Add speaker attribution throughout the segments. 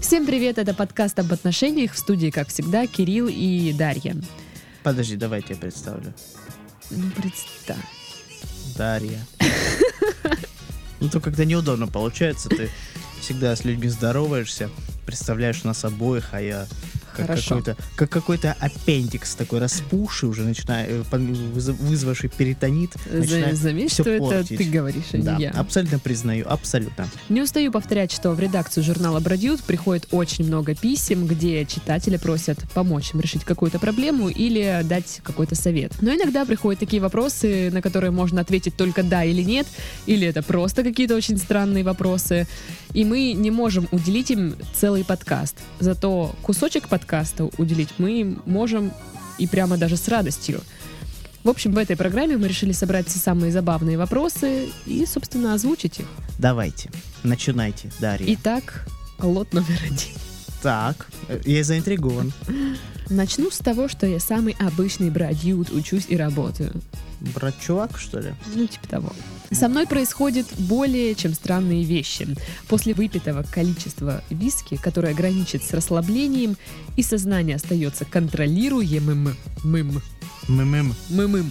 Speaker 1: Всем привет, это подкаст об отношениях. В студии, как всегда, Кирилл и Дарья.
Speaker 2: Подожди, давай я тебя представлю.
Speaker 1: Ну, представь.
Speaker 2: Дарья. Ну, то когда неудобно получается, ты всегда с людьми здороваешься, представляешь нас обоих, а я как
Speaker 1: Хорошо.
Speaker 2: какой-то как какой-то аппендикс такой распухший уже начинаю э, пон- вызв- вызвавший перитонит
Speaker 1: За-
Speaker 2: начинает
Speaker 1: Заметь,
Speaker 2: всё
Speaker 1: что это
Speaker 2: портить.
Speaker 1: ты говоришь, а
Speaker 2: да
Speaker 1: не я.
Speaker 2: абсолютно признаю абсолютно
Speaker 1: Не устаю повторять, что в редакцию журнала «Бродюд» приходит очень много писем, где читатели просят помочь им решить какую-то проблему или дать какой-то совет. Но иногда приходят такие вопросы, на которые можно ответить только «да» или «нет», или это просто какие-то очень странные вопросы, и мы не можем уделить им целый подкаст. Зато кусочек подкаста уделить мы им можем и прямо даже с радостью. В общем, в этой программе мы решили собрать все самые забавные вопросы и, собственно, озвучить их.
Speaker 2: давайте начинайте Дарья
Speaker 1: Итак, лот номер один.
Speaker 2: так э, я заинтригован
Speaker 1: Начну с того, что я самый обычный бродюд, учусь и работаю.
Speaker 2: брат чувак что ли
Speaker 1: Ну, типа того. Со мной происходят более чем странные вещи. После выпитого количества виски, которое граничит с расслаблением, и сознание остается контролируемым, мым,
Speaker 2: мм
Speaker 1: мым, мым.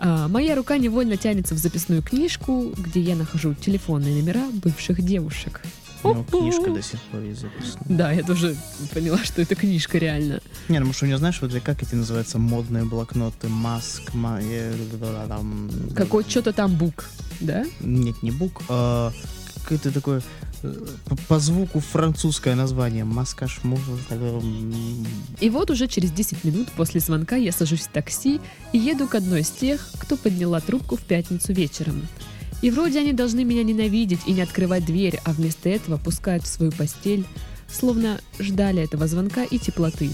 Speaker 1: А, моя рука невольно тянется в записную книжку, где я нахожу телефонные номера бывших девушек.
Speaker 2: ну книжка
Speaker 1: О-о.
Speaker 2: до сих пор есть записана
Speaker 1: Да, я тоже поняла, что это книжка реально.
Speaker 2: Не, ну может у нее, знаешь, вот как эти называются модные блокноты, маск, ма... э, да, там...
Speaker 1: Какой что-то там бук, да?
Speaker 2: Нет, не бук, а какое-то такое э, по- по звуку французское название. Маскаш, э, может, такое, м,
Speaker 1: И вот уже через 10 минут после звонка я сажусь в такси и еду к одной из тех, кто подняла трубку в пятницу вечером. И вроде они должны меня ненавидеть и не открывать дверь, а вместо этого пускают в свою постель, словно ждали этого звонка и теплоты.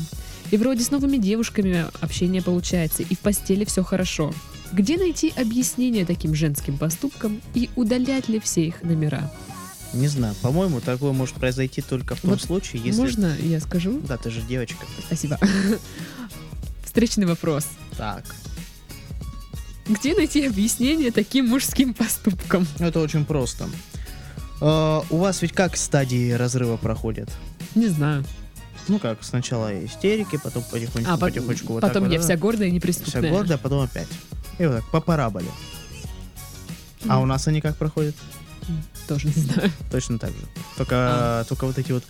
Speaker 1: И вроде с новыми девушками общение получается, и в постели все хорошо. Где найти объяснение таким женским поступкам и удалять ли все их номера?
Speaker 2: Не знаю, по-моему, такое может произойти только в том
Speaker 1: Вот
Speaker 2: случае, если...
Speaker 1: Можно я скажу?
Speaker 2: Да, ты же девочка.
Speaker 1: Спасибо. Встречный вопрос.
Speaker 2: Так.
Speaker 1: Где найти объяснение таким мужским поступкам?
Speaker 2: Ну, Это очень просто. Э, У вас ведь как стадии разрыва проходят?
Speaker 1: Не знаю.
Speaker 2: Ну как, сначала истерики, потом потихонечку,
Speaker 1: А, пот-
Speaker 2: потихонечку вот так
Speaker 1: потом
Speaker 2: вот,
Speaker 1: я
Speaker 2: да?
Speaker 1: вся гордая и
Speaker 2: Вся
Speaker 1: неприступная.
Speaker 2: гордая, потом опять. И вот так, по параболе. А у нас они как проходят?
Speaker 1: Тоже не знаю.
Speaker 2: Точно так же. Только,
Speaker 1: А.
Speaker 2: только вот эти вот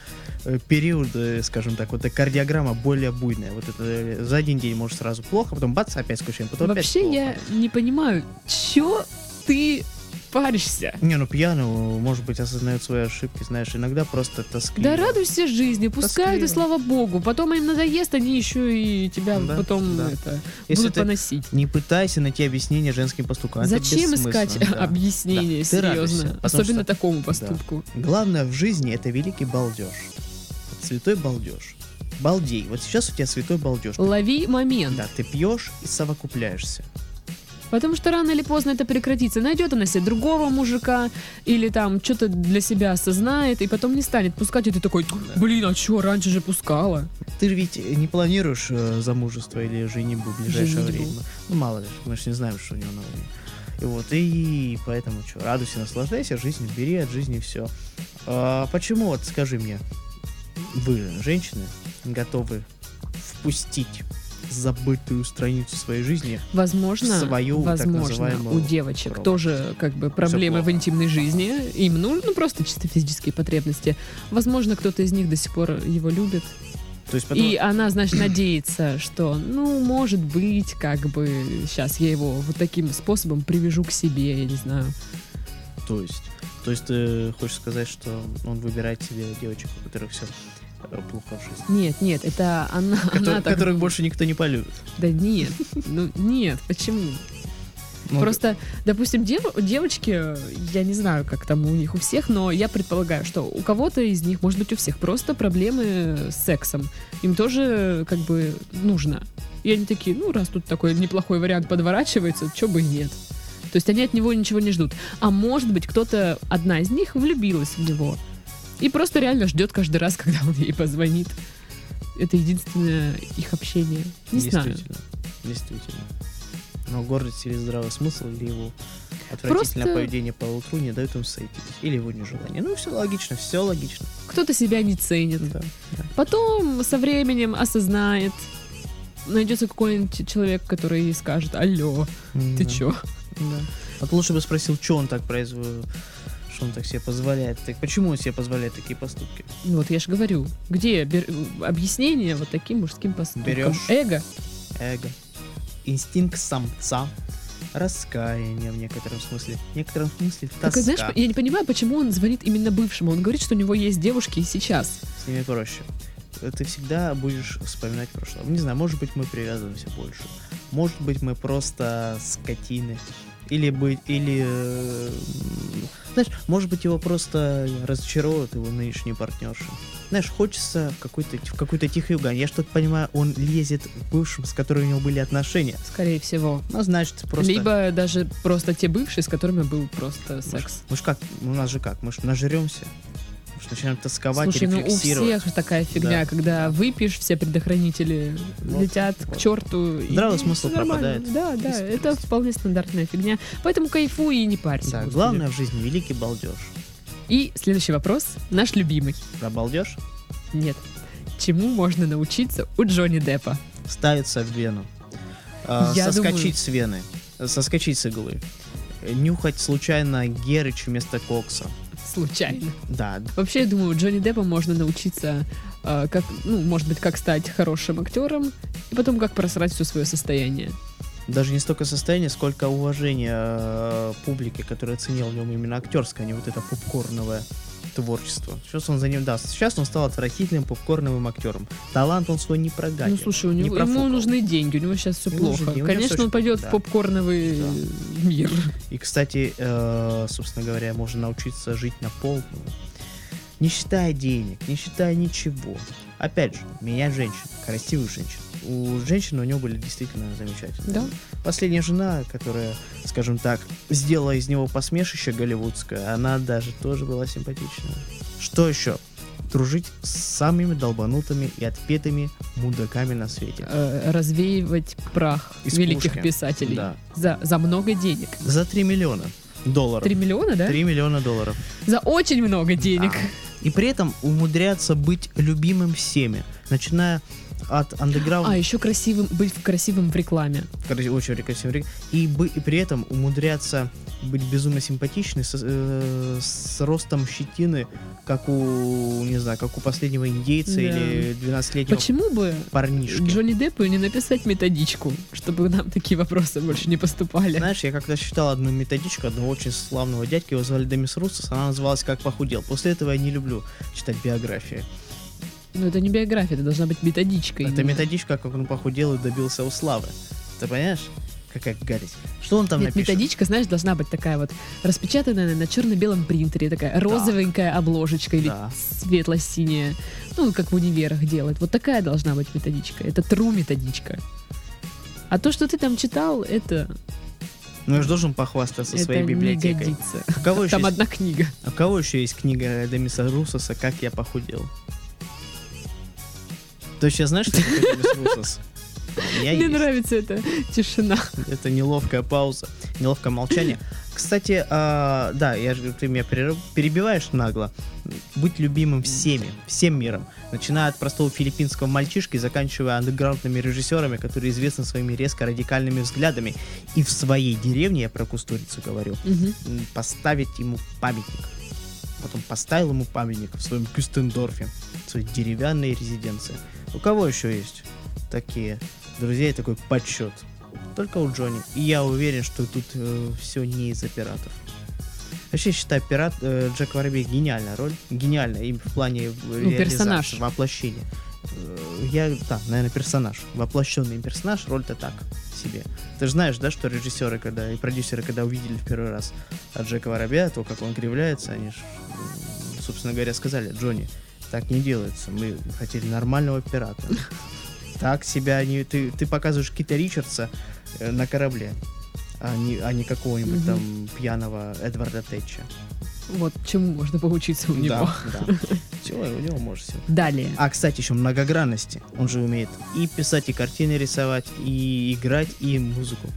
Speaker 2: э, периоды, скажем так, вот эта кардиограмма более буйная. Вот это э, за один день может сразу плохо, потом бац, опять скучаем, потом
Speaker 1: Вообще
Speaker 2: опять
Speaker 1: я
Speaker 2: плохо.
Speaker 1: не понимаю, чё ты паришься?
Speaker 2: Не, ну пьяный, может быть, осознает свои ошибки, знаешь, иногда просто тоскливо.
Speaker 1: Да радуйся жизни, пускай
Speaker 2: Тоскливо.
Speaker 1: это, слава богу. Потом им надоест, они еще и тебя
Speaker 2: Да,
Speaker 1: потом
Speaker 2: да.
Speaker 1: это,
Speaker 2: Если
Speaker 1: будут
Speaker 2: ты
Speaker 1: поносить.
Speaker 2: не пытайся найти объяснение женским поступкам. это
Speaker 1: Зачем
Speaker 2: бессмысленно,
Speaker 1: искать
Speaker 2: да.
Speaker 1: объяснение,
Speaker 2: Да, ты радуйся,
Speaker 1: серьезно?
Speaker 2: потому
Speaker 1: Особенно
Speaker 2: что-
Speaker 1: такому поступку.
Speaker 2: Главное в жизни это великий балдеж. Вот Святой балдеж. Балдей. Вот сейчас у тебя святой балдеж.
Speaker 1: Лови момент.
Speaker 2: Да, ты пьешь и совокупляешься.
Speaker 1: Потому что рано или поздно это прекратится. Найдет она себе другого мужика или там что-то для себя осознает и потом не станет пускать. И ты такой, блин, а чё, раньше же пускала?
Speaker 2: Ты же ведь не планируешь э, замужество или женитьбу в ближайшее
Speaker 1: Женитьбу.
Speaker 2: время. Ну, мало ли, мы же не знаем, что у него на уме. И вот, и поэтому что, радуйся, наслаждайся жизнью, бери от жизни все. почему, вот скажи мне, вы, женщины, готовы впустить забытую страницу своей жизни?
Speaker 1: Возможно,
Speaker 2: Свою, так
Speaker 1: возможно
Speaker 2: называемую,
Speaker 1: у девочек
Speaker 2: пробу.
Speaker 1: тоже как бы проблемы в
Speaker 2: плохо.
Speaker 1: интимной жизни. Им нужны ну, просто чисто физические потребности. Возможно, кто-то из них до сих пор его любит.
Speaker 2: А То есть потом...
Speaker 1: И она, значит, надеется, что, ну, может быть, как бы сейчас я его вот таким способом привяжу к себе, я не знаю.
Speaker 2: То есть, то есть ты хочешь сказать, что он выбирает себе девочек, у которых все плохо в жизни?
Speaker 1: Нет, нет, это она, она
Speaker 2: Котор-
Speaker 1: Ну, так
Speaker 2: которых больше никто не полюбит.
Speaker 1: Да нет, ну нет, почему?
Speaker 2: Ну,
Speaker 1: Просто, допустим, дев- девочки, я не знаю, как там у них у всех, но я предполагаю, что у кого-то из них, может быть, у всех просто проблемы с сексом. Им тоже как бы нужно. И они такие, ну, раз тут такой неплохой вариант подворачивается, чё бы и нет. То есть они от него ничего не ждут. А может быть, кто-то, одна из них, влюбилась в него. И просто реально ждет каждый раз, когда он ей позвонит. Это единственное их общение. Не знаю.
Speaker 2: действительно, действительно. Но гордость или здравый смысл, или его
Speaker 1: Просто-
Speaker 2: отвратительное поведение по утру не дают им сойтись. Или его нежелание. Ну, все логично, все логично.
Speaker 1: кто-то себя не ценит.
Speaker 2: Да.
Speaker 1: Потом со временем осознает, найдется какой-нибудь человек, который скажет, алло, ты
Speaker 2: Да.
Speaker 1: чё?
Speaker 2: Да. А то лучше бы спросил, что он так производит, что он так себе позволяет. Так почему он себе позволяет такие поступки?
Speaker 1: Ну Вот я же говорю, где бер- объяснение вот таким мужским поступкам?
Speaker 2: Берёшь.
Speaker 1: Эго.
Speaker 2: Эго. Инстинкт самца. Раскаяние в некотором смысле. В некотором смысле тоска.
Speaker 1: Так, а знаешь, я не понимаю, почему он звонит именно бывшему. Он говорит, что у него есть девушки и сейчас.
Speaker 2: С ними проще. Ты всегда будешь вспоминать прошлое. Не знаю, может быть, мы привязываемся больше. Может быть, мы просто скотины. Или быть, или... э, м, Знаешь, может быть, его просто разочаровывают его нынешние партнерши. Знаешь, хочется в какой-то в какую-то тихую гань. Я что-то понимаю, он лезет к бывшим, с которыми у него были отношения.
Speaker 1: Скорее всего.
Speaker 2: Ну, значит, просто...
Speaker 1: Либо даже просто те бывшие, с которыми был просто
Speaker 2: Мы ж-
Speaker 1: секс.
Speaker 2: Мы ж как, у нас же как, мы ж нажремся. Мы ж начинаем тосковать,
Speaker 1: Слушай, ну у
Speaker 2: рефлексировать.
Speaker 1: всех же такая фигня,
Speaker 2: Да.
Speaker 1: когда выпьешь, все предохранители
Speaker 2: Вот,
Speaker 1: летят к
Speaker 2: вот.
Speaker 1: черту. и
Speaker 2: Здравый
Speaker 1: всё
Speaker 2: смысл
Speaker 1: нормально.
Speaker 2: пропадает.
Speaker 1: Да, да,
Speaker 2: Искренность.
Speaker 1: это вполне стандартная фигня. Поэтому кайфуй и не парься.
Speaker 2: Да,
Speaker 1: господи.
Speaker 2: главное в жизни великий балдеж.
Speaker 1: И следующий вопрос, наш любимый.
Speaker 2: Про балдеж?
Speaker 1: Нет. Чему можно научиться у Джонни Деппа?
Speaker 2: Ставится в вену. А,
Speaker 1: Я
Speaker 2: соскочить
Speaker 1: думаю-
Speaker 2: с вены. Э, Соскочить с иглы. Э, Нюхать случайно герыч вместо кокса.
Speaker 1: Случайно.
Speaker 2: Да,
Speaker 1: Вообще, я думаю, у Джонни Деппа можно научиться, э, как, ну, может быть, как стать хорошим актером, и потом как просрать все свое состояние.
Speaker 2: даже не столько состояние, сколько уважение э, публики, которая оценила в нем именно актерское, а не вот это попкорновое творчество. Сейчас он за ним даст. Сейчас он стал отвратительным попкорновым актером. Талант он свой не проганил.
Speaker 1: ну, слушай, у
Speaker 2: не
Speaker 1: него, ему
Speaker 2: профукал.
Speaker 1: нужны деньги, у него сейчас все
Speaker 2: Ему
Speaker 1: плохо.
Speaker 2: нужны деньги, у него всё
Speaker 1: Конечно, он
Speaker 2: очень-
Speaker 1: пойдет
Speaker 2: да.
Speaker 1: в попкорновый
Speaker 2: Да.
Speaker 1: э, мир.
Speaker 2: И, кстати, э, собственно говоря, можно научиться жить на полную. Не считая денег, не считая ничего. Опять же, меня женщин, красивых женщин. У женщин у него были действительно замечательные.
Speaker 1: Да.
Speaker 2: Последняя жена, которая, скажем так, сделала из него посмешище голливудское, она даже тоже была симпатичная. Что еще? Дружить с самыми долбанутыми и отпетыми мудаками на свете.
Speaker 1: Э, Развеивать прах
Speaker 2: Из
Speaker 1: великих
Speaker 2: пушки.
Speaker 1: писателей
Speaker 2: Да.
Speaker 1: за, за много денег.
Speaker 2: За 3 миллиона долларов.
Speaker 1: 3 миллиона, да?
Speaker 2: 3 миллиона долларов.
Speaker 1: За очень много денег.
Speaker 2: Да. И при этом умудряться быть любимым всеми, начиная от
Speaker 1: А
Speaker 2: андеграунда,
Speaker 1: еще красивым быть в- красивым в рекламе.
Speaker 2: короче, очень рекомендую, и, бы- и при этом умудряться быть безумно симпатичной со- э, с ростом щетины, как у, не знаю, как у последнего индейца
Speaker 1: Да.
Speaker 2: или 12-летнего
Speaker 1: Почему бы
Speaker 2: парнишки.
Speaker 1: Джонни Деппу не написать методичку, чтобы нам такие вопросы больше не поступали?
Speaker 2: Знаешь, я когда считал одну методичку одного очень славного дядьки, его звали Демис Руссос, она называлась «Как похудел». После этого я не люблю читать биографии.
Speaker 1: Ну, это не биография, это должна быть методичка.
Speaker 2: Это
Speaker 1: именно.
Speaker 2: методичка, как он похудел и добился у славы. Ты понимаешь? Какая гадость. Что он там
Speaker 1: Нет,
Speaker 2: напишет?
Speaker 1: методичка, знаешь, должна быть такая вот распечатанная на черно-белом принтере, такая розовенькая обложечка или
Speaker 2: Да.
Speaker 1: светло-синяя. Ну, как в универах делают. Вот такая должна быть методичка. Это true методичка. А то, что ты там читал, это,
Speaker 2: Ну, я же должен похвастаться
Speaker 1: это
Speaker 2: своей
Speaker 1: не
Speaker 2: библиотекой. А Ну,
Speaker 1: годится.
Speaker 2: У кого, еще
Speaker 1: Там
Speaker 2: есть, а
Speaker 1: одна книга.
Speaker 2: у кого еще есть книга Демиса Русоса «Как я похудел»? То есть я знаешь, что такое Демис Русос? У меня
Speaker 1: Мне
Speaker 2: есть.
Speaker 1: нравится эта тишина.
Speaker 2: Это неловкая пауза, неловкое молчание. Кстати, а, да, я же, ты меня перерыв- перебиваешь нагло. Быть любимым всеми, всем миром. Начиная от простого филиппинского мальчишки, заканчивая андеграундными режиссерами, которые известны своими резко радикальными взглядами. И в своей деревне, я про Кустурицу говорю,
Speaker 1: Мгм.
Speaker 2: м, поставить ему памятник. Потом поставил ему памятник в своем Кюстендорфе, в своей деревянной резиденции. У кого еще есть такие друзья и такой подсчет? Только у Джонни. И я уверен, что тут все не из-за пиратов. Вообще, считаю, пират э, Джек Воробей гениальная роль. Гениальная и в плане э, реализации,
Speaker 1: персонаж.
Speaker 2: воплощения. Э, Я, да, наверное, персонаж. Воплощенный персонаж, роль-то так себе. Ты же знаешь, да, что режиссеры, когда и продюсеры, когда увидели в первый раз Джека Воробья, то, как он кривляется, они ж, м, собственно говоря, сказали, Джонни, так не делается, мы хотели нормального пирата. Так себя не... Ты, ты показываешь Кита Ричардса э, на корабле, а не, а не
Speaker 1: Мгм.
Speaker 2: какого-нибудь там пьяного Эдварда Тэтча.
Speaker 1: Вот чему можно поучиться у него.
Speaker 2: Да, да. Всё, у него может все.
Speaker 1: Далее.
Speaker 2: А, кстати, еще многогранности. Он же умеет и писать, и картины рисовать, и играть, и музыку.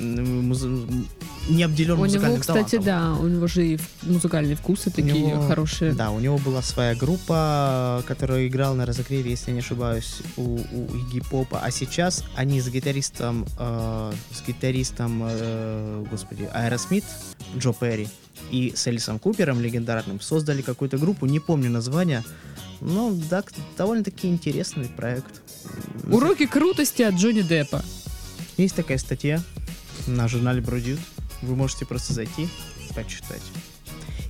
Speaker 2: М, музы- м, не обделен
Speaker 1: У него,
Speaker 2: музыкальным
Speaker 1: кстати,
Speaker 2: талантом.
Speaker 1: да, у него же и в- музыкальные вкусы такие
Speaker 2: него-
Speaker 1: хорошие.
Speaker 2: Да, у него была своя группа, которая играла на разогреве, если я не ошибаюсь, у, у Игги Попа. А сейчас они с гитаристом, э, с гитаристом, э, господи, Аэросмит, Джо Перри и с Элисом Купером легендарным создали какую-то группу, не помню название. Ну, да, к- довольно-таки интересный проект.
Speaker 1: Уроки крутости от Джонни Деппа.
Speaker 2: Есть такая статья на журнале Бродюд. Вы можете просто зайти, почитать.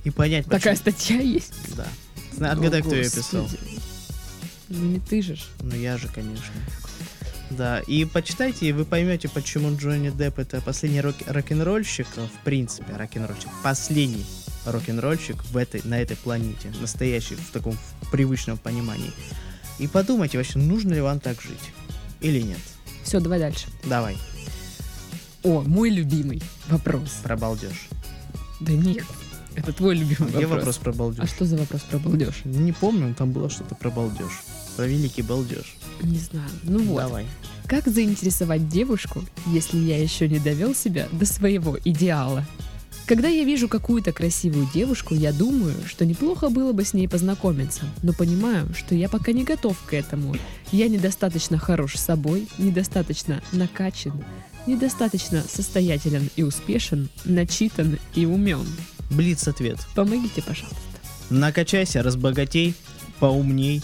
Speaker 2: И понять,
Speaker 1: Такая статья есть.
Speaker 2: почему. Да. Зна- Отгадай,
Speaker 1: О,
Speaker 2: кто ее
Speaker 1: господи.
Speaker 2: писал.
Speaker 1: Ну не ты же. ж.
Speaker 2: Ну я же, конечно. Да, и почитайте, и вы поймете, почему Джонни Депп это последний рок- рок-н-ролльщик, э, в принципе, рок-н-ролльщик, последний рок-н-ролльщик в этой, на этой планете, настоящий, в таком в привычном понимании. И подумайте вообще, нужно ли вам так жить или нет.
Speaker 1: Все, давай дальше.
Speaker 2: Давай,
Speaker 1: О, мой любимый вопрос.
Speaker 2: про балдеж.
Speaker 1: Да нет, это твой любимый
Speaker 2: Где
Speaker 1: вопрос.
Speaker 2: вопрос про балдеж? Ну,
Speaker 1: А что за вопрос про балдеж?
Speaker 2: Не помню, там было что-то про балдеж. Про великий балдеж.
Speaker 1: Не знаю. Ну вот.
Speaker 2: Давай.
Speaker 1: Как заинтересовать девушку, если я еще не довел себя до своего идеала? Когда я вижу какую-то красивую девушку, я думаю, что неплохо было бы с ней познакомиться, но понимаю, что я пока не готов к этому. Я недостаточно хорош собой, недостаточно накачан, недостаточно состоятелен и успешен, начитан и умен.
Speaker 2: Блиц ответ.
Speaker 1: Помогите, пожалуйста.
Speaker 2: Накачайся, разбогатей, поумней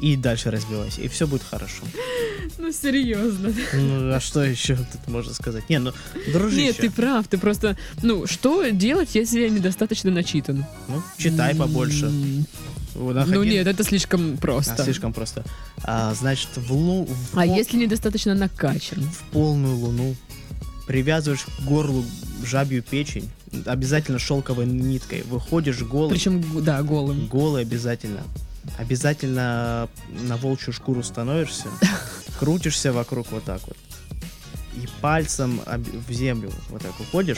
Speaker 2: и дальше развивайся. И все будет хорошо.
Speaker 1: Ну, серьезно.
Speaker 2: Ну, а что еще тут можно сказать? Не, ну, дружище,
Speaker 1: Нет, ты прав, ты просто... Ну, что делать, если я недостаточно начитан?
Speaker 2: ну, читай побольше.
Speaker 1: М,
Speaker 2: Вот
Speaker 1: Ну
Speaker 2: находи-
Speaker 1: нет, это слишком
Speaker 2: А,
Speaker 1: просто.
Speaker 2: слишком просто. А, значит, в, лу... в
Speaker 1: А
Speaker 2: пол-
Speaker 1: если недостаточно накачан?
Speaker 2: в полную луну привязываешь к горлу жабью печень, обязательно шелковой ниткой, выходишь голый,
Speaker 1: Причем, г- да, голым.
Speaker 2: Голый обязательно. Обязательно на волчью шкуру становишься, крутишься вокруг вот так вот. И пальцем об- в землю вот так уходишь,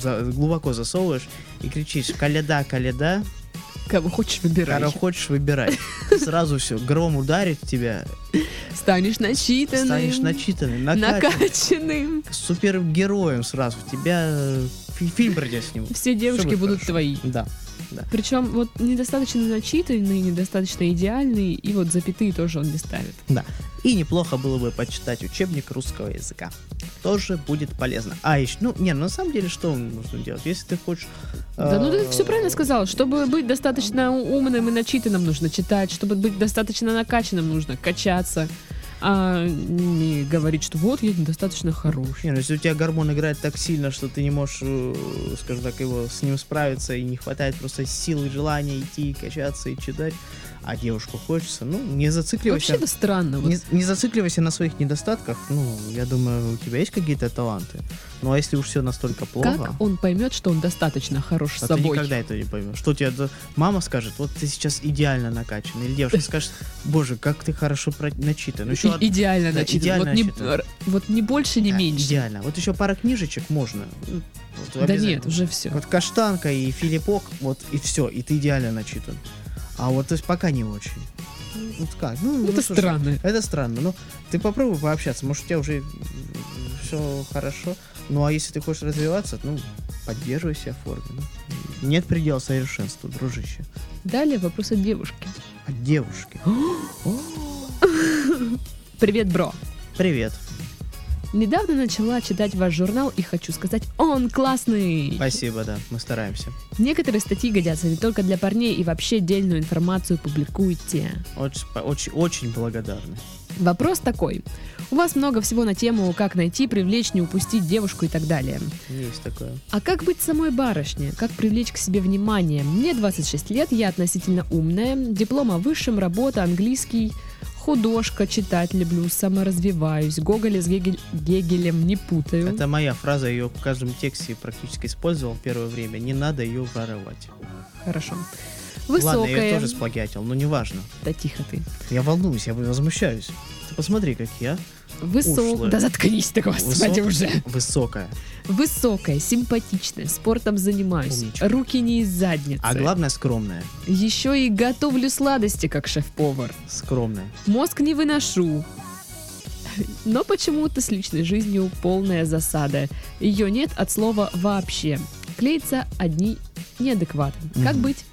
Speaker 2: за- глубоко засовываешь и кричишь «Коляда, коляда,
Speaker 1: Кого хочешь, выбирай.
Speaker 2: кого хочешь, выбирай». Сразу все, гром ударит в тебя,
Speaker 1: Станешь начитанным.
Speaker 2: станешь начитанным, накачанным,
Speaker 1: накачанным.
Speaker 2: супергероем сразу. в Тебя э, фи- фильм придет с ним.
Speaker 1: Все девушки
Speaker 2: будет
Speaker 1: будут
Speaker 2: хорошо.
Speaker 1: твои.
Speaker 2: Да.
Speaker 1: Причем вот недостаточно начитанные, недостаточно идеальные, и вот запятые тоже он не ставит.
Speaker 2: И неплохо было бы почитать учебник русского языка. Тоже будет полезно. А еще, ну, не, на самом деле, что нужно делать? Если ты хочешь...
Speaker 1: Да, ну ты
Speaker 2: э,
Speaker 1: все правильно сказала. Чтобы быть достаточно у- умным и начитанным, нужно читать. Чтобы быть достаточно накачанным, нужно качаться. А не говорить, что вот я недостаточно хорош.
Speaker 2: Не, ну, если у тебя гормон играет так сильно, что ты не можешь, э, скажем так, его с ним справиться, и не хватает просто сил и желания идти, и качаться, и читать, а девушку хочется, ну, не зацикливайся.
Speaker 1: Вообще-то странно. вот.
Speaker 2: Не, не зацикливайся на своих недостатках. Ну, я думаю, у тебя есть какие-то таланты. Ну, а если уж все настолько плохо...
Speaker 1: Как он поймет, что он достаточно хорош
Speaker 2: А
Speaker 1: с собой?
Speaker 2: ты никогда это не поймешь. Что тебе д- мама скажет, вот ты сейчас идеально накачан. Или девушка скажет, боже, как ты хорошо про- начитан. Еще
Speaker 1: И-
Speaker 2: од-
Speaker 1: идеально
Speaker 2: Ну, да,
Speaker 1: начитан.
Speaker 2: идеально
Speaker 1: вот, не,
Speaker 2: начитан.
Speaker 1: р- вот не больше, не
Speaker 2: Да,
Speaker 1: меньше.
Speaker 2: Идеально. Вот еще пара книжечек можно. Ну, вот
Speaker 1: Да
Speaker 2: обязательно.
Speaker 1: нет, уже все.
Speaker 2: Вот каштанка и филиппок, вот и все, и ты идеально начитан. А вот то есть пока не очень. Ну, Вот как? Ну, ну,
Speaker 1: это
Speaker 2: слушай,
Speaker 1: странно.
Speaker 2: Это странно. Ну, ты попробуй пообщаться, может, у тебя уже все хорошо. Ну, а если ты хочешь развиваться, ну, поддерживай себя в форме. ну. Нет предела совершенству, дружище.
Speaker 1: Далее вопрос от девушки.
Speaker 2: От девушки.
Speaker 1: Привет, бро.
Speaker 2: Привет.
Speaker 1: Недавно начала читать ваш журнал и хочу сказать, он классный.
Speaker 2: Спасибо, да, мы стараемся.
Speaker 1: Некоторые статьи годятся не только для парней и вообще дельную информацию публикуйте.
Speaker 2: Очень, спа- очень, очень благодарны.
Speaker 1: Вопрос такой. У вас много всего на тему, как найти, привлечь, не упустить девушку и так далее.
Speaker 2: Есть такое.
Speaker 1: А как быть самой барышней? Как привлечь к себе внимание? Мне 26 лет, я относительно умная, диплом о высшем, работа, английский, художка, читать люблю, саморазвиваюсь, Гоголя с Гегель- Гегелем не путаю.
Speaker 2: Это моя фраза, ее в каждом тексте практически использовал в первое время. Не надо ее воровать.
Speaker 1: Хорошо.
Speaker 2: Ладно, я ее
Speaker 1: Высокая.
Speaker 2: тоже сплагиатил, но неважно.
Speaker 1: Да тихо ты.
Speaker 2: Я волнуюсь, я возмущаюсь. Ты посмотри, как я.
Speaker 1: Высокая.
Speaker 2: Ушлая.
Speaker 1: Да заткнись ты, господи,
Speaker 2: Высок-
Speaker 1: уже.
Speaker 2: Высокая.
Speaker 1: Высокая, симпатичная, спортом занимаюсь,
Speaker 2: Умничка.
Speaker 1: руки не из задницы.
Speaker 2: А главное, скромная.
Speaker 1: Еще и готовлю сладости, как шеф-повар.
Speaker 2: Скромная.
Speaker 1: Мозг не выношу. Но почему-то с личной жизнью полная засада. Ее нет от слова «вообще». Клеятся одни неадекваты. Как
Speaker 2: Мгм.
Speaker 1: быть?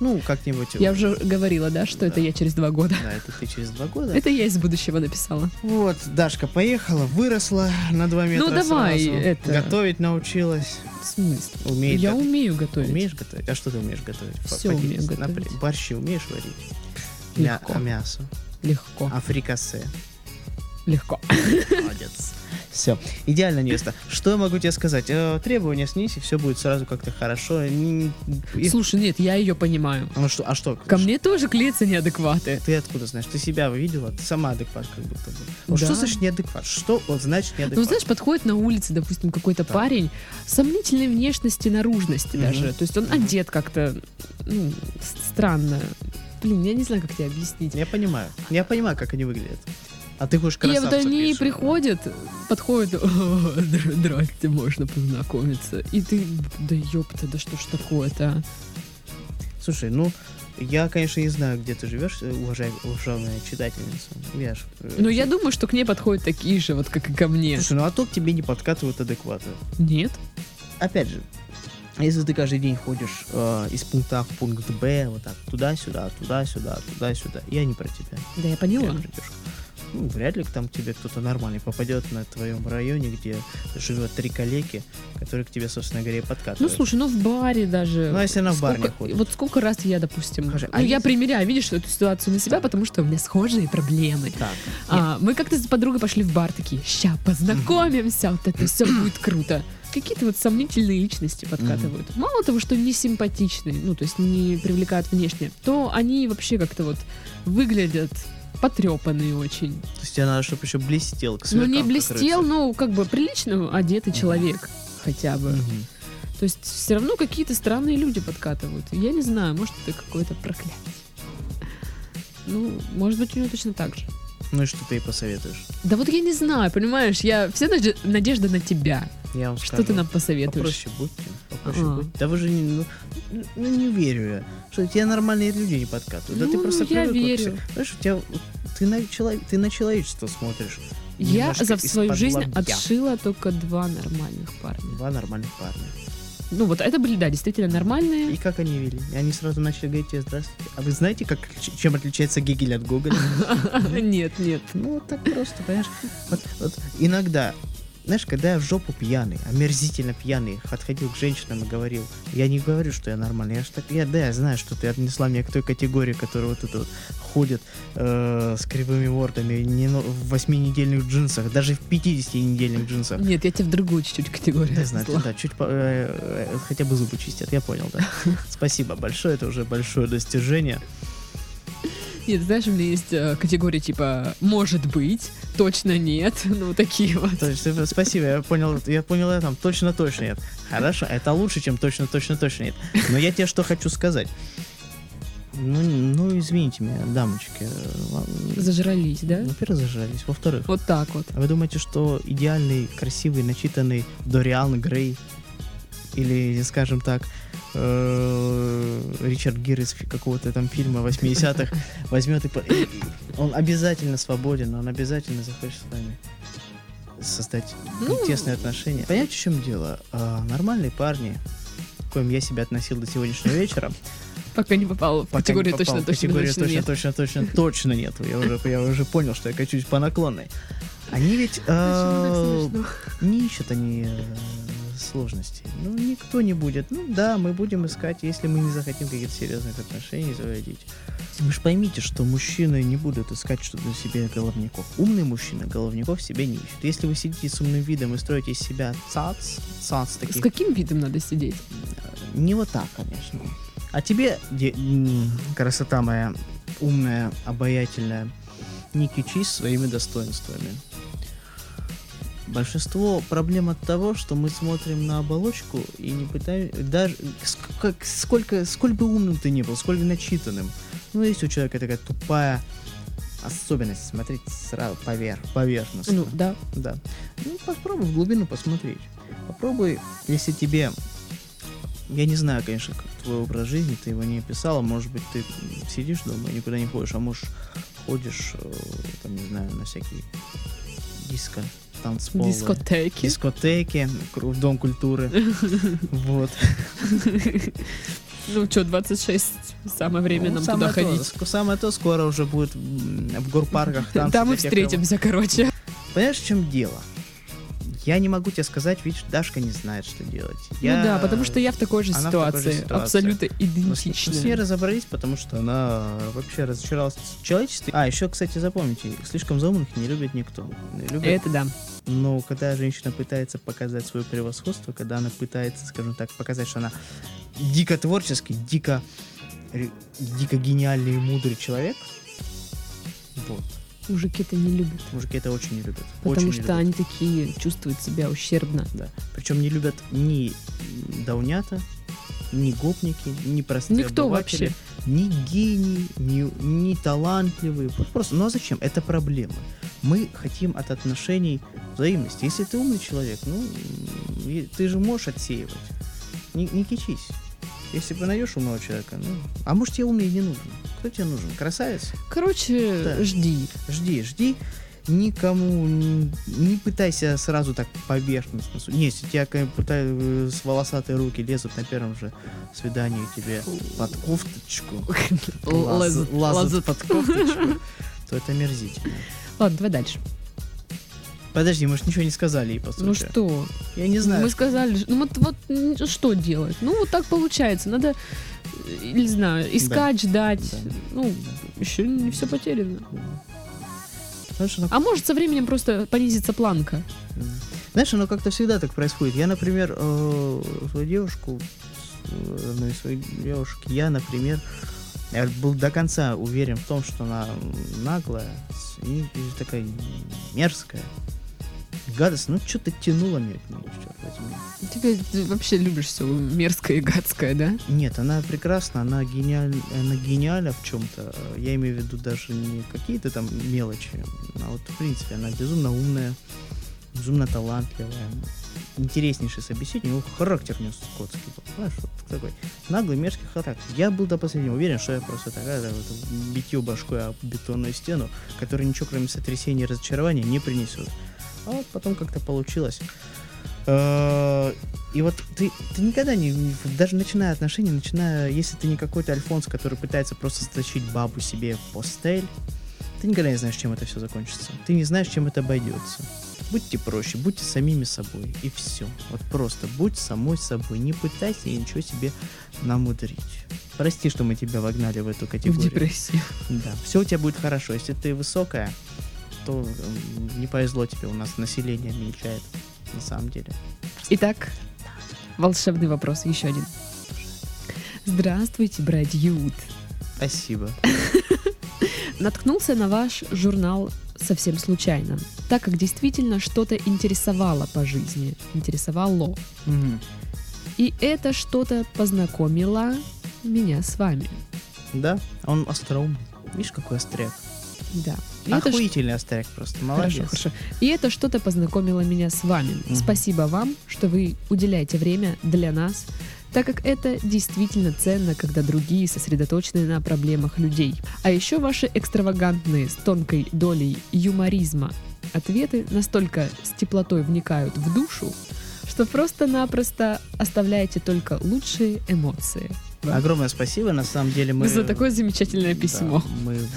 Speaker 2: Ну, как-нибудь...
Speaker 1: Я уже говорила, да, что это
Speaker 2: Да.
Speaker 1: я через два года.
Speaker 2: Да, это ты через два года.
Speaker 1: Это я из будущего написала.
Speaker 2: Вот, Дашка поехала, выросла на два метра
Speaker 1: Ну, давай,
Speaker 2: сразу.
Speaker 1: это-
Speaker 2: Готовить научилась.
Speaker 1: В смысле?
Speaker 2: Умеет
Speaker 1: я
Speaker 2: го-
Speaker 1: умею готовить.
Speaker 2: Умеешь готовить? А что ты умеешь готовить? По-
Speaker 1: Всё
Speaker 2: поделись.
Speaker 1: умею готовить.
Speaker 2: Напри- Борщи умеешь варить? Мя-
Speaker 1: Легко.
Speaker 2: а мясо.
Speaker 1: Легко.
Speaker 2: А фрикасе.
Speaker 1: Легко.
Speaker 2: Молодец. Все, идеально невеста. Что я могу тебе сказать? Э, Требования снизь, и все будет сразу как-то хорошо. Н- и-
Speaker 1: Слушай, нет, я ее понимаю.
Speaker 2: Ну что, а что?
Speaker 1: Ко мне тоже клеятся неадекваты.
Speaker 2: Ты откуда знаешь? Ты себя видела? Ты сама адекват как будто бы. Вот
Speaker 1: Да.
Speaker 2: Что значит неадекват? Что вот значит неадекват?
Speaker 1: Ну, знаешь, подходит на улице, допустим, какой-то
Speaker 2: Да.
Speaker 1: парень сомнительной внешности, наружности
Speaker 2: Мгм.
Speaker 1: даже. То есть он
Speaker 2: Мгм.
Speaker 1: одет как-то ну, с- странно. Блин, я не знаю, как тебе объяснить.
Speaker 2: Я понимаю. Я понимаю, как они выглядят. А ты хочешь
Speaker 1: И вот
Speaker 2: красавца
Speaker 1: они
Speaker 2: пишешь.
Speaker 1: приходят, подходят, «О, здра- здрасте, можно познакомиться. И ты, да ёпта, да что ж такое-то?
Speaker 2: Слушай, ну, я, конечно, не знаю, где ты живешь, э, уважай- уважаемая читательница. Я ж, э,
Speaker 1: Но Ну, я думаю, что к ней подходят такие же, вот как и ко мне.
Speaker 2: Слушай, ну а то к тебе не подкатывают адекватно.
Speaker 1: Нет?
Speaker 2: Опять же, если ты каждый день ходишь э, из пункта А в пункт Б, вот так, туда-сюда, туда-сюда, туда-сюда, я не про тебя.
Speaker 1: Да я
Speaker 2: Я
Speaker 1: поняла.
Speaker 2: про девушку. Ну, вряд ли к там к тебе кто-то нормальный попадет на твоем районе, где живет три калеки, которые к тебе, собственно говоря, и подкатывают.
Speaker 1: Ну, слушай, ну в баре даже.
Speaker 2: Ну, а если она в бар не
Speaker 1: Сколько-
Speaker 2: ходит?
Speaker 1: Вот сколько раз я, допустим,
Speaker 2: Скажи,
Speaker 1: ну,
Speaker 2: а
Speaker 1: я
Speaker 2: если-
Speaker 1: примеряю, видишь, эту ситуацию на себя, потому что у меня схожие проблемы.
Speaker 2: Так.
Speaker 1: А, мы как-то с подругой пошли в бар, такие, ща познакомимся, вот это все будет круто. Какие-то вот сомнительные личности подкатывают. Мало того, что не симпатичные, ну, то есть не привлекают внешне, то они вообще как-то вот выглядят потрепанные очень.
Speaker 2: То есть тебе надо, чтобы еще блестел. К
Speaker 1: Ну,
Speaker 2: сверкам,
Speaker 1: не
Speaker 2: как
Speaker 1: блестел,
Speaker 2: рыцарь.
Speaker 1: но как бы прилично одетый
Speaker 2: Мгм.
Speaker 1: человек хотя бы.
Speaker 2: Мгм.
Speaker 1: То есть все равно какие-то странные люди подкатывают. Я не знаю, может, это какое-то проклятие. Ну, может быть, у него точно так же.
Speaker 2: Ну и что ты ей посоветуешь?
Speaker 1: Да вот я не знаю, понимаешь, я вся наде- надежда на тебя.
Speaker 2: Я вам
Speaker 1: Что
Speaker 2: скажу.
Speaker 1: ты А. нам посоветуешь?
Speaker 2: Попроще будьте, попроще
Speaker 1: Ага.
Speaker 2: будьте. Да вы же не, ну, ну, ну, не верю я, что тебе нормальные люди не подкатывают. да
Speaker 1: Ну,
Speaker 2: ты просто
Speaker 1: я
Speaker 2: привыкла к
Speaker 1: верю.
Speaker 2: себе. Понимаешь, у тебя вот ты на, чело- ты на человечество смотришь.
Speaker 1: Я
Speaker 2: немножко
Speaker 1: за свою
Speaker 2: из-под
Speaker 1: жизнь
Speaker 2: лобья.
Speaker 1: отшила только два нормальных парня.
Speaker 2: Два нормальных парня.
Speaker 1: Ну вот это были, да, действительно
Speaker 2: И
Speaker 1: нормальные.
Speaker 2: как они вели? И Они сразу начали говорить тебе здравствуйте. А вы знаете, как, ч- чем отличается Гегель от Гоголя?
Speaker 1: Нет, нет.
Speaker 2: Ну, вот так просто, понимаешь? Вот, вот иногда, знаешь, когда я в жопу пьяный, омерзительно пьяный, отходил к женщинам и говорил, я не говорю, что я нормальный, я ж так, я, да, я знаю, что ты отнесла меня к той категории, которая вот это вот ходит э, с кривыми мордами, не, но- в восьминедельных джинсах, даже в 50-недельных джинсах.
Speaker 1: Нет, я тебя в другую чуть-чуть категорию
Speaker 2: Да, знаю,
Speaker 1: отнесла.
Speaker 2: да, чуть по- э, э, хотя бы зубы чистят, я понял, да. Спасибо большое, это уже большое достижение.
Speaker 1: Нет, знаешь, у меня есть э, категория типа «может быть», «точно нет», ну такие вот.
Speaker 2: То есть, э, спасибо, я понял, я понял, я там точно-точно нет. Хорошо, это лучше, чем точно-точно-точно нет. Но я тебе что хочу сказать. Ну, ну, извините меня, дамочки. э, вам-
Speaker 1: Зажрались, да?
Speaker 2: Во-первых, зажались. Во-вторых,
Speaker 1: Вот так вот.
Speaker 2: а вы думаете, что идеальный, красивый, начитанный Дориан Грей или, скажем так, э, Ричард Гир из фи- какого-то там фильма 80-х возьмет и, по- и- и он обязательно свободен, он обязательно захочет с вами создать
Speaker 1: Ну.
Speaker 2: тесные отношения. Понимаете, в чем дело? А, нормальные парни, к коим я себя относил до сегодняшнего вечера,
Speaker 1: Пока не попал в
Speaker 2: Пока не
Speaker 1: категорию
Speaker 2: попал
Speaker 1: точно,
Speaker 2: в
Speaker 1: точно,
Speaker 2: категорию
Speaker 1: точно,
Speaker 2: точно,
Speaker 1: нет.
Speaker 2: точно, точно, точно нет. Я уже, я уже понял, что я качусь по наклонной. Они ведь э,
Speaker 1: Почему так смешно?
Speaker 2: не ищут они э, сложностей. Ну, никто не будет. Ну, да, мы будем искать, если мы не захотим каких-то серьезных отношений заводить. Вы же поймите, что мужчины не будут искать что-то себе головников. Умный мужчина головников себе не ищет. Если вы сидите с умным видом и строите из себя цац, цац
Speaker 1: С
Speaker 2: таких
Speaker 1: каким видом надо сидеть?
Speaker 2: не вот так, конечно. А тебе, де- м, красота моя, умная, обаятельная, не кичись своими достоинствами. Большинство проблем от того, что мы смотрим на оболочку и не пытаемся... Даже ск- как- сколько, сколь бы умным ты ни был, сколь бы начитанным. Ну, есть у человека такая тупая особенность смотреть сразу поверх, поверхностно.
Speaker 1: Ну, да.
Speaker 2: Да. Ну, попробуй в глубину посмотреть. Попробуй, если тебе... Я не знаю, конечно, как твой образ жизни, ты его не описала. Может быть, ты м, сидишь дома и никуда не ходишь, а может, ходишь, э, там, не знаю, на всякие диско, танцполы.
Speaker 1: Дискотеки.
Speaker 2: Дискотеки, кру- в Дом культуры. Вот.
Speaker 1: Ну что, 26 самое время
Speaker 2: Ну,
Speaker 1: нам
Speaker 2: самое
Speaker 1: туда
Speaker 2: то,
Speaker 1: ходить.
Speaker 2: ск- Самое то скоро уже будет м, в горпарках. танцы
Speaker 1: Там мы
Speaker 2: для тех,
Speaker 1: встретимся, короче.
Speaker 2: кого- Понимаешь, в чем дело? Я не могу тебе сказать, видишь, Дашка не знает, что делать. Я...
Speaker 1: Ну да, потому что я в такой же
Speaker 2: она в такой же
Speaker 1: ситуации.
Speaker 2: ситуации.
Speaker 1: Абсолютно
Speaker 2: Мы с, мы с ней
Speaker 1: идентичная.
Speaker 2: разобрались, потому что она вообще разочаровалась в человечестве. А, еще, кстати, запомните, слишком заумных не любит никто. Не любят.
Speaker 1: Это да.
Speaker 2: Но когда женщина пытается показать свое превосходство, когда она пытается, скажем так, показать, что она дико творческий, дико, ре- дико гениальный и мудрый человек, вот,
Speaker 1: Мужики это не любят.
Speaker 2: мужики это очень не любят.
Speaker 1: Потому
Speaker 2: очень не
Speaker 1: что
Speaker 2: любят.
Speaker 1: они такие чувствуют себя ущербно.
Speaker 2: Да. Причем не любят ни даунята, ни гопники, ни простые
Speaker 1: Никто
Speaker 2: обыватели,
Speaker 1: вообще.
Speaker 2: Ни гений, ни, ни талантливые. Вот Просто, ну а зачем? Это проблема. Мы хотим от отношений взаимности. Если ты умный человек, ну, м, и ты же можешь отсеивать. Не, не кичись. Если бы найдешь умного человека, ну... А может, тебе умный и не нужен? Кто тебе нужен? Красавец?
Speaker 1: Короче,
Speaker 2: Да.
Speaker 1: жди.
Speaker 2: Жди, жди. Никому н- не пытайся сразу так поверхностно. су- Не, если тебя ка- пыта- э, с волосатой руки лезут на первом же свидании тебе под кофточку,
Speaker 1: Л-
Speaker 2: лаз-
Speaker 1: лазут,
Speaker 2: лазут
Speaker 1: лазут.
Speaker 2: под кофточку, то это мерзительно.
Speaker 1: Ладно, давай дальше.
Speaker 2: Подожди, мы же ничего не сказали ей, по сути.
Speaker 1: Ну что?
Speaker 2: Я не знаю.
Speaker 1: Мы сказали, ж- ну вот, вот м, что делать? Ну вот так получается. Надо, э, не знаю, искать, ждать.
Speaker 2: Да.
Speaker 1: Ну,
Speaker 2: Да.
Speaker 1: еще не все потеряно.
Speaker 2: Знаешь, оно
Speaker 1: А может, со временем просто понизится планка?
Speaker 2: Мгм. Знаешь, оно как-то всегда так происходит. Я, например, э, свою девушку, э, одну из своих девушек, я, например, я был до конца уверен в том, что она м, наглая с- и, и такая мерзкая. Гадость, ну что-то тянуло меня к ней, чёрт возьми.
Speaker 1: Тебе ты вообще любишь все мерзкое и гадское, да?
Speaker 2: Нет, она прекрасна, она, гениаль... она гениальна в чем-то. Я имею в виду даже не какие-то там мелочи, а вот в принципе она безумно умная, безумно талантливая, интереснейший собеседник, его характер не скотский был, знаешь, вот такой наглый, мерзкий характер. Я был до последнего уверен, что я просто такая, да, вот, битью башкой об бетонную стену, которая ничего кроме сотрясения и разочарования не принесет. А вот потом как-то получилось. Э, И вот ты, ты никогда не, не- даже начиная отношения, начиная, если ты не какой-то альфонс, который пытается просто стащить бабу себе в постель, ты никогда не знаешь, чем это все закончится. Ты не знаешь, чем это обойдется. Будьте проще, будьте самими собой, и все. Вот просто будь самой собой, не пытайся ничего себе намудрить. Прости, что мы тебя вогнали в эту
Speaker 1: В
Speaker 2: категорию.
Speaker 1: депрессию.
Speaker 2: Да, все у тебя будет хорошо. Если ты высокая, то м, не повезло тебе, у нас население мельчает, на самом деле.
Speaker 1: Итак, волшебный вопрос, еще один. Здравствуйте, братьют.
Speaker 2: Спасибо.
Speaker 1: Наткнулся на ваш журнал совсем случайно, так как действительно что-то интересовало по жизни, интересовало.
Speaker 2: Мгм.
Speaker 1: И это что-то познакомило меня с вами.
Speaker 2: Да, А он остроумный. Видишь, какой остряк.
Speaker 1: Да. И Ну, это ш-
Speaker 2: Охуительный остряк просто, молодец.
Speaker 1: Хорошо, хорошо. И это что-то познакомило меня с вами.
Speaker 2: Мгм.
Speaker 1: Спасибо вам, что вы уделяете время для нас, так как это действительно ценно, когда другие сосредоточены на проблемах людей. А еще ваши экстравагантные, с тонкой долей юморизма ответы настолько с теплотой вникают в душу, что просто-напросто оставляете только лучшие эмоции.
Speaker 2: Огромное спасибо, на самом деле мы...
Speaker 1: За такое замечательное
Speaker 2: Да,
Speaker 1: письмо.
Speaker 2: мы м,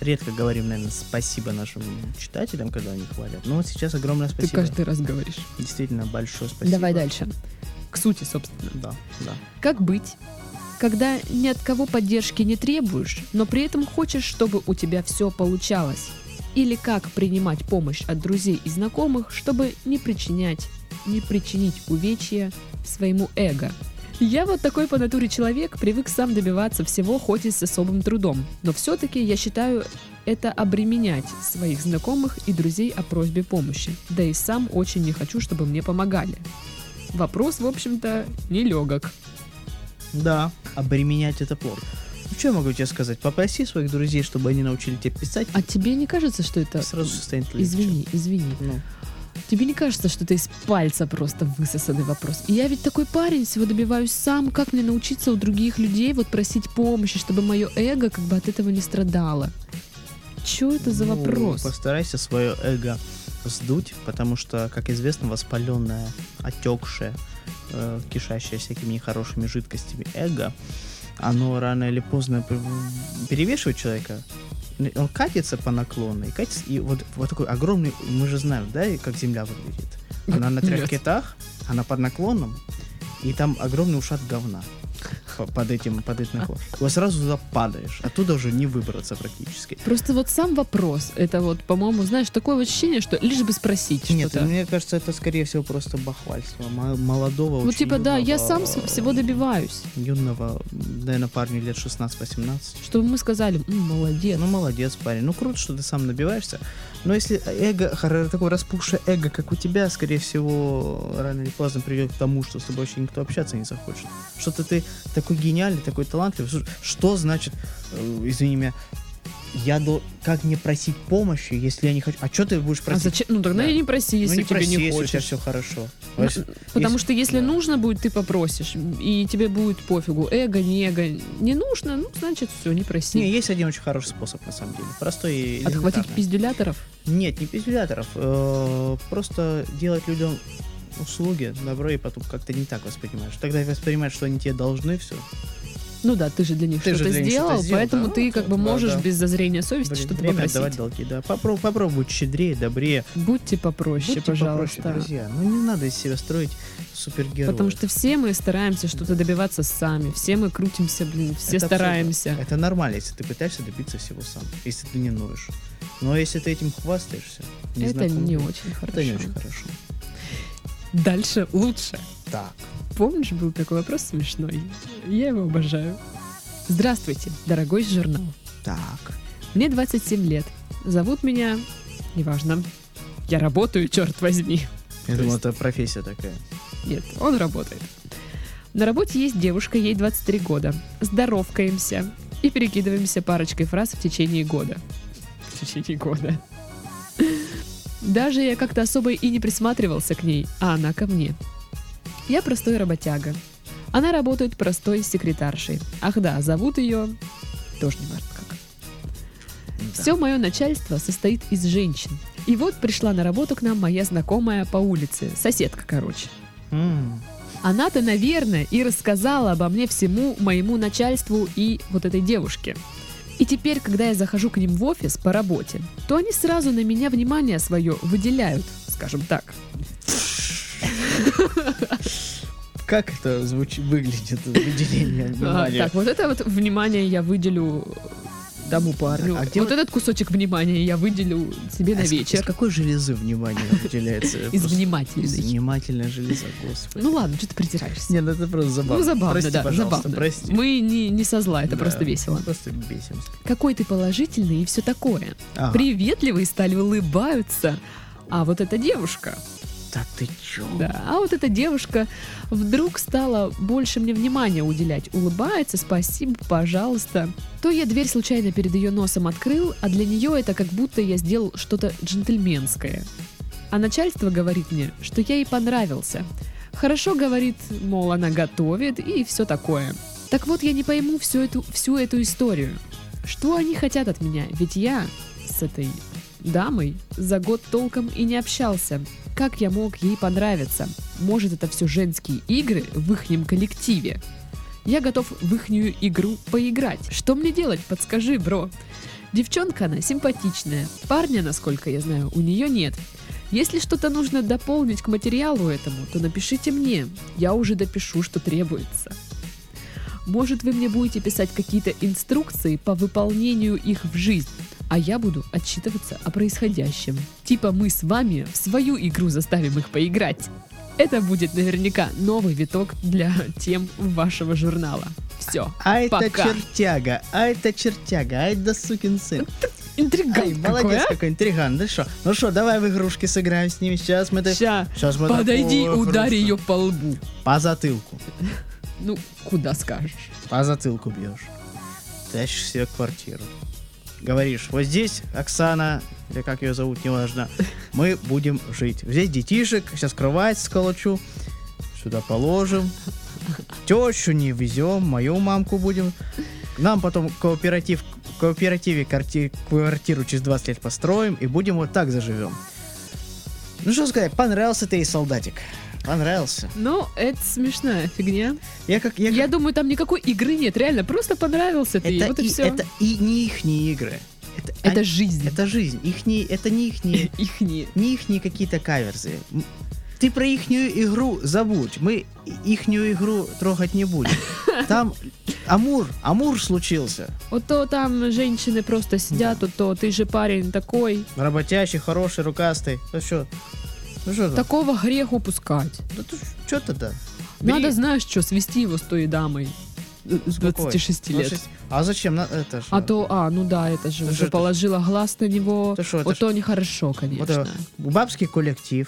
Speaker 2: редко говорим, наверное, спасибо нашим читателям, когда они хвалят. Но вот сейчас огромное
Speaker 1: Ты
Speaker 2: спасибо.
Speaker 1: каждый раз говоришь.
Speaker 2: Действительно, большое спасибо.
Speaker 1: Давай дальше. К сути, собственно.
Speaker 2: Да, да.
Speaker 1: Как быть? Когда ни от кого поддержки не требуешь, но при этом хочешь, чтобы у тебя все получалось. Или как принимать помощь от друзей и знакомых, чтобы не причинять, не причинить увечья своему эго. Я вот такой по натуре человек, привык сам добиваться всего, хоть и с особым трудом. Но все-таки я считаю это обременять своих знакомых и друзей о просьбе помощи. Да и сам очень не хочу, чтобы мне помогали. Вопрос, в общем-то, нелегок.
Speaker 2: Да, обременять это плохо. Ну, что я могу тебе сказать? Попроси своих друзей, чтобы они научили тебя писать,
Speaker 1: А тебе не кажется, что это...
Speaker 2: и сразу же станет легче.
Speaker 1: Извини, извини.
Speaker 2: Ну,
Speaker 1: Тебе не кажется, что это из пальца просто высосанный вопрос? И я ведь такой парень, всего добиваюсь сам. Как мне научиться у других людей вот просить помощи, чтобы мое эго как бы от этого не страдало? Что это за
Speaker 2: Ну,
Speaker 1: вопрос?
Speaker 2: Постарайся свое эго сдуть, потому что, как известно, воспаленное, отекшее, э, кишащее всякими нехорошими жидкостями эго, оно рано или поздно п- перевешивает человека. Н- Он катится по наклонной, катится, и вот, вот такой огромный, мы же знаем, да, и как Земля выглядит. Она на трех
Speaker 1: Нет.
Speaker 2: китах, она под наклоном, и там огромный ушат говна по- под этим, под этим наклоном. И вот сразу туда падаешь, оттуда уже не выбраться практически.
Speaker 1: Просто вот сам вопрос, это вот, по-моему, знаешь, такое вот ощущение, что лишь бы спросить
Speaker 2: Нет,
Speaker 1: что-то.
Speaker 2: мне кажется, это скорее всего просто бахвальство мо- молодого.
Speaker 1: Ну,
Speaker 2: очень
Speaker 1: типа, да, я
Speaker 2: юного,
Speaker 1: сам с- всего добиваюсь.
Speaker 2: Юного, наверное, парню лет 16-18.
Speaker 1: Чтобы мы сказали, «М, молодец. А
Speaker 2: Ну, молодец, парень. Ну, круто, что ты сам набиваешься. Но если эго, хара- такое распухшее эго, как у тебя, скорее всего, рано или поздно придет к тому, что с тобой вообще никто общаться не захочет. Что-то ты такой гениальный, такой талантливый. Слушай, что значит, э, извини меня, я до... как мне просить помощи, если я не хочу? А что ты будешь
Speaker 1: А
Speaker 2: просить?
Speaker 1: зачем? Ну тогда
Speaker 2: Да.
Speaker 1: и не проси, если
Speaker 2: ну, не
Speaker 1: тебе
Speaker 2: проси,
Speaker 1: не
Speaker 2: если у тебя
Speaker 1: хочешь.
Speaker 2: все хорошо.
Speaker 1: Ну,
Speaker 2: Вообще-
Speaker 1: Потому
Speaker 2: если-
Speaker 1: что если
Speaker 2: да.
Speaker 1: нужно будет, ты попросишь, и тебе будет пофигу. Эго, не эго. Не нужно, ну значит все, не проси.
Speaker 2: Не, есть один очень хороший способ, на самом деле. Простой и
Speaker 1: Отхватить
Speaker 2: элементарный.
Speaker 1: пиздюляторов.
Speaker 2: Нет, не пиздюляторов. э, Просто делать людям услуги, добро, и потом как-то не так воспринимаешь. Тогда воспринимаешь, что они тебе должны все.
Speaker 1: Ну да, ты же для них
Speaker 2: Ты же
Speaker 1: что-то
Speaker 2: для них
Speaker 1: сделал,
Speaker 2: что-то сделал,
Speaker 1: поэтому
Speaker 2: да,
Speaker 1: ты
Speaker 2: вот,
Speaker 1: как бы
Speaker 2: да,
Speaker 1: можешь
Speaker 2: да.
Speaker 1: без зазрения совести что-то
Speaker 2: время
Speaker 1: попросить.
Speaker 2: отдавать долги, да. Попробуй, попробуй быть щедрее, добрее.
Speaker 1: Будьте попроще,
Speaker 2: Будьте
Speaker 1: пожалуйста.
Speaker 2: попроще, друзья. Ну не надо из себя строить супергероя.
Speaker 1: Потому что все мы стараемся что-то добиваться сами, все мы крутимся, блин, все
Speaker 2: Это
Speaker 1: стараемся.
Speaker 2: абсолютно- Это нормально, если ты пытаешься добиться всего сам, если ты не ноешь. Но если ты этим хвастаешься,
Speaker 1: Это
Speaker 2: незнакомым
Speaker 1: не
Speaker 2: людям,
Speaker 1: очень хорошо.
Speaker 2: это не очень хорошо.
Speaker 1: Дальше лучше.
Speaker 2: Так.
Speaker 1: Помнишь, был такой вопрос смешной? Я его обожаю. Здравствуйте, дорогой журнал.
Speaker 2: Так.
Speaker 1: Мне 27 лет. Зовут меня... Неважно. Я работаю, черт возьми.
Speaker 2: Я
Speaker 1: То
Speaker 2: думал,
Speaker 1: есть-
Speaker 2: это профессия такая.
Speaker 1: Нет, он работает. На работе есть девушка, ей 23 года. Здоровкаемся и перекидываемся парочкой фраз в течение года. В течение года. Даже я как-то особо и не присматривался к ней, а она ко мне. Я простой работяга. Она работает простой секретаршей. Ах да, зовут ее... Тоже не важно как. Все мое начальство состоит из женщин. И вот пришла на работу к нам моя знакомая по улице, соседка, короче.
Speaker 2: М.
Speaker 1: Она-то, наверное, и рассказала обо мне всему моему начальству и вот этой девушке. И теперь, когда я захожу к ним в офис по работе, то они сразу на меня внимание свое выделяют, скажем так.
Speaker 2: Как это звучит, выглядит выделение
Speaker 1: А,
Speaker 2: внимания?
Speaker 1: так, вот это вот внимание я выделю тому парню.
Speaker 2: А где
Speaker 1: ну, вот
Speaker 2: вот-
Speaker 1: этот кусочек внимания я выделю себе
Speaker 2: А
Speaker 1: на
Speaker 2: из- Из
Speaker 1: вечер.
Speaker 2: какой железы внимание выделяется?
Speaker 1: Из
Speaker 2: Просто из
Speaker 1: внимательной.
Speaker 2: внимательной железы, господи.
Speaker 1: Ну ладно, что ты придираешься.
Speaker 2: Не, ну это просто забавно.
Speaker 1: Ну, забавно,
Speaker 2: прости,
Speaker 1: да,
Speaker 2: пожалуйста,
Speaker 1: забавно.
Speaker 2: прости.
Speaker 1: Мы не, не со зла, это
Speaker 2: Да,
Speaker 1: просто весело.
Speaker 2: Просто бесимся.
Speaker 1: Какой ты положительный и все такое.
Speaker 2: Ага.
Speaker 1: Приветливые стали улыбаются. А вот эта девушка,
Speaker 2: Да ты чё?
Speaker 1: да, а вот эта девушка вдруг стала больше мне внимания уделять. Улыбается, спасибо, пожалуйста. То я дверь случайно перед ее носом открыл, а для нее это как будто я сделал что-то джентльменское. А начальство говорит мне, что я ей понравился. Хорошо говорит, мол, она готовит и все такое. Так вот, я не пойму всю эту, всю эту историю. Что они хотят от меня? Ведь я с этой дамой за год толком и не общался. Как я мог ей понравиться? Может, это все женские игры в ихнем коллективе? Я готов в ихнюю игру поиграть. Что мне делать? Подскажи, бро. Девчонка она симпатичная. Парня, насколько я знаю, у нее нет. Если что-то нужно дополнить к материалу этому, то напишите мне. Я уже допишу, что требуется. Может, вы мне будете писать какие-то инструкции по выполнению их в жизнь, а я буду отчитываться о происходящем. Типа мы с вами в свою игру заставим их поиграть. Это будет наверняка новый виток для тем вашего журнала. Все.
Speaker 2: А это
Speaker 1: Пока.
Speaker 2: чертяга, а это чертяга, а это сукин сын. Ай,
Speaker 1: Интригант
Speaker 2: молодец какой, интриган, да что? Ну что, давай в игрушки сыграем с ними, сейчас мы... так-
Speaker 1: Ща,
Speaker 2: Сейчас мы
Speaker 1: подойди и
Speaker 2: такого
Speaker 1: ударь
Speaker 2: хруста.
Speaker 1: ее по лбу.
Speaker 2: По затылку.
Speaker 1: Ну, куда скажешь.
Speaker 2: По затылку бьешь. Тащишь себе квартиру. Говоришь, вот здесь Оксана, или как ее зовут, неважно, мы будем жить. Здесь детишек, сейчас кровать сколочу, сюда положим. Тещу не везем, мою мамку будем. Нам потом кооператив, в кооперативе карти- квартиру через 20 лет построим и будем вот так заживем. Ну что сказать, понравился ты и солдатик. Понравился.
Speaker 1: Ну, это смешная фигня.
Speaker 2: Я как... Я,
Speaker 1: Я,
Speaker 2: как-
Speaker 1: думаю, там никакой игры нет, реально, просто понравился ты, и
Speaker 2: это,
Speaker 1: вот и
Speaker 2: и,
Speaker 1: все.
Speaker 2: это и не их игры. Это,
Speaker 1: Это
Speaker 2: они-
Speaker 1: жизнь.
Speaker 2: это жизнь. Их это не их
Speaker 1: Их не.
Speaker 2: не их какие-то каверзы. М, Ты про ихнюю игру забудь. Мы ихнюю игру трогать не будем. Там Амур, Амур случился.
Speaker 1: Вот то там женщины просто сидят, вот то ты же парень такой.
Speaker 2: Работящий, хороший, рукастый. Ну что? Ну что там? Ну,
Speaker 1: Такого грех упускать.
Speaker 2: Да ты что тогда?
Speaker 1: Надо, знаешь что, свести его с той дамой. э, С 26 лет.
Speaker 2: А зачем? На- Это ж,
Speaker 1: А то, а, ну да, это же
Speaker 2: Это
Speaker 1: уже
Speaker 2: же это-
Speaker 1: положила глаз на него.
Speaker 2: Это шо, это
Speaker 1: вот
Speaker 2: ж-
Speaker 1: то нехорошо, конечно.
Speaker 2: это- Бабский коллектив.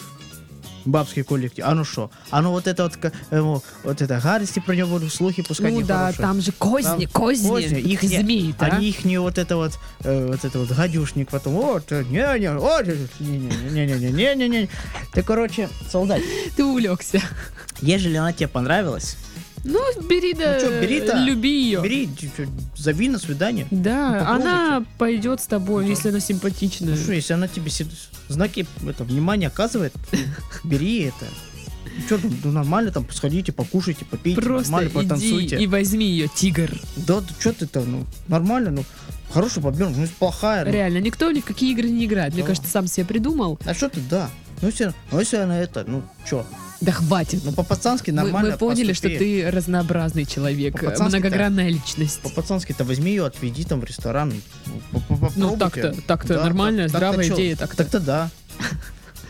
Speaker 2: Бабский коллектив. А ну что? А ну вот это вот, к- ему, вот это гадости про него будут слухи пускать
Speaker 1: ну да,
Speaker 2: нехорошие.
Speaker 1: там же козни,
Speaker 2: Там
Speaker 1: козни,
Speaker 2: козни, их не-
Speaker 1: змей, да?
Speaker 2: Они их не вот это вот, э, вот это вот гадюшник потом, вот, э, не-не, вот, э, не-не-не-не-не-не-не. Ты, короче, солдат,
Speaker 1: а? Ты увлекся.
Speaker 2: ежели она тебе понравилась,
Speaker 1: Ну, бери да,
Speaker 2: Ну чё, бери-то.
Speaker 1: люби ее.
Speaker 2: бери, чё- чё, зови на свидание.
Speaker 1: Да,
Speaker 2: попробуйте.
Speaker 1: она пойдет с тобой,
Speaker 2: Да.
Speaker 1: если она симпатичная.
Speaker 2: Ну что, если она тебе си- знаки это, внимания оказывает, бери это. Что, ну нормально там, сходите, покушайте, попейте,
Speaker 1: Просто
Speaker 2: нормально
Speaker 1: иди
Speaker 2: потанцуйте.
Speaker 1: и возьми ее, тигр.
Speaker 2: Да, что ты-то, ну, нормально, ну, хороший подбер, ну, плохая, ну,
Speaker 1: Реально, никто ни в какие игры не играет. Мне
Speaker 2: Да.
Speaker 1: кажется, сам себе придумал.
Speaker 2: а что ты, да. Ну, если, ну, если она это, ну, чё,
Speaker 1: Да хватит.
Speaker 2: ну, по-пацански
Speaker 1: Мы-
Speaker 2: нормально
Speaker 1: мы, поняли,
Speaker 2: поступи.
Speaker 1: что ты разнообразный человек,
Speaker 2: По-пацански-то.
Speaker 1: многогранная личность.
Speaker 2: По-пацански-то возьми ее, отведи там в ресторан. Ну, по- по-
Speaker 1: Ну,
Speaker 2: попробуйте.
Speaker 1: так-то, так-то
Speaker 2: Да,
Speaker 1: нормально,
Speaker 2: так- так-то
Speaker 1: здравая
Speaker 2: чё?
Speaker 1: идея, так-то.
Speaker 2: Так-то да.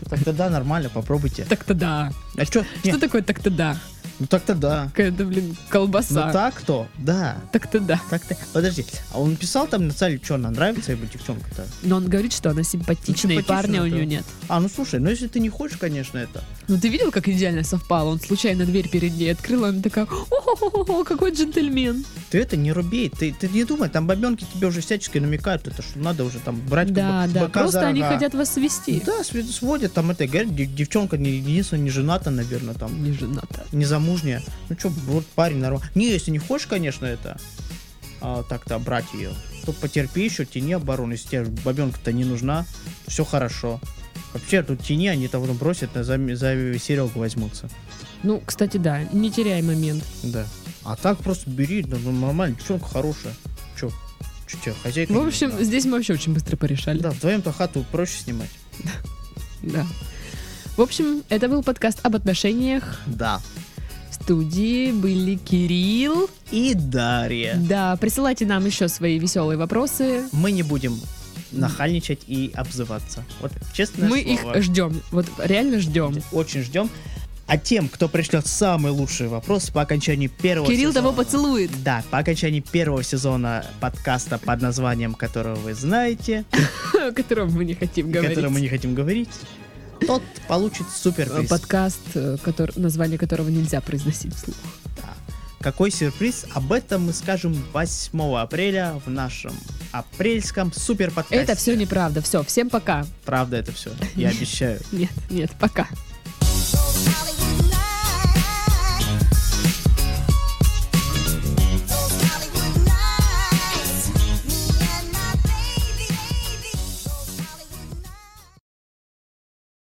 Speaker 2: Так-то да, нормально, попробуйте.
Speaker 1: Так-то да.
Speaker 2: А что?
Speaker 1: Что такое так-то да?
Speaker 2: Ну так-то да.
Speaker 1: Какая-то, блин,
Speaker 2: Ну
Speaker 1: колбаса.
Speaker 2: так-то, да.
Speaker 1: Так-то да.
Speaker 2: Так-то. Подожди, а он писал там на сайте, что она нравится ему девчонка-то?
Speaker 1: Но он говорит, что она симпатичная, и
Speaker 2: Ну, симпатичная,
Speaker 1: парня у
Speaker 2: да.
Speaker 1: нее нет.
Speaker 2: А, ну слушай, ну если ты не хочешь, конечно, это.
Speaker 1: Ну ты видел, как идеально совпало? Он случайно дверь перед ней открыл, она такая, о какой джентльмен.
Speaker 2: Ты это не руби, ты, ты не думай, там бабенки тебе уже всячески намекают, это что надо уже там брать
Speaker 1: Да,
Speaker 2: как бы,
Speaker 1: да,
Speaker 2: быка Ну,
Speaker 1: просто
Speaker 2: за
Speaker 1: они
Speaker 2: рога.
Speaker 1: хотят вас свести.
Speaker 2: Да, св- сводят там это, говорят, дев- девчонка не, единственная не жената, наверное, там.
Speaker 1: Не жената.
Speaker 2: незамужняя. Ну что, вот парень нормально. Не, если не хочешь, конечно, это а, так-то брать ее, то потерпи еще, тяни оборону. Если тебе бабенка-то не нужна, все хорошо. Вообще, тут тени, они там потом бросят, а за, м- за серега возьмутся.
Speaker 1: Ну, кстати, да, не теряй момент.
Speaker 2: Да. А так просто бери, ну, ну, нормально, девчонка хорошая. Че? Че тебе, хозяйка?
Speaker 1: Ну, В
Speaker 2: не
Speaker 1: общем,
Speaker 2: нужна?
Speaker 1: здесь мы вообще очень быстро порешали.
Speaker 2: Да, вдвоем-то хату проще снимать.
Speaker 1: Да. В общем, это был подкаст об отношениях.
Speaker 2: Да.
Speaker 1: В студии были Кирилл.
Speaker 2: И Дарья.
Speaker 1: Да, присылайте нам еще свои веселые вопросы.
Speaker 2: Мы не будем нахальничать и обзываться. Вот честное
Speaker 1: Мы
Speaker 2: слово.
Speaker 1: их ждем. Вот реально ждем.
Speaker 2: Очень ждем. А тем, кто пришлет самый лучший вопрос по окончанию первого
Speaker 1: Кирилл
Speaker 2: сезона...
Speaker 1: того поцелует.
Speaker 2: Да, по окончании первого сезона подкаста, под названием которого вы знаете,
Speaker 1: о котором мы не хотим
Speaker 2: о
Speaker 1: говорить.
Speaker 2: котором мы не хотим говорить, тот получит
Speaker 1: Э,
Speaker 2: суперприз.
Speaker 1: Подкаст, э, котор- название которого нельзя произносить вслух.
Speaker 2: Да. Какой сюрприз? Об этом мы скажем 8 апреля в нашем апрельском суперподкасте.
Speaker 1: Это все неправда. Все, всем пока.
Speaker 2: Правда это все, я обещаю.
Speaker 1: Нет, нет, пока.
Speaker 3: Holly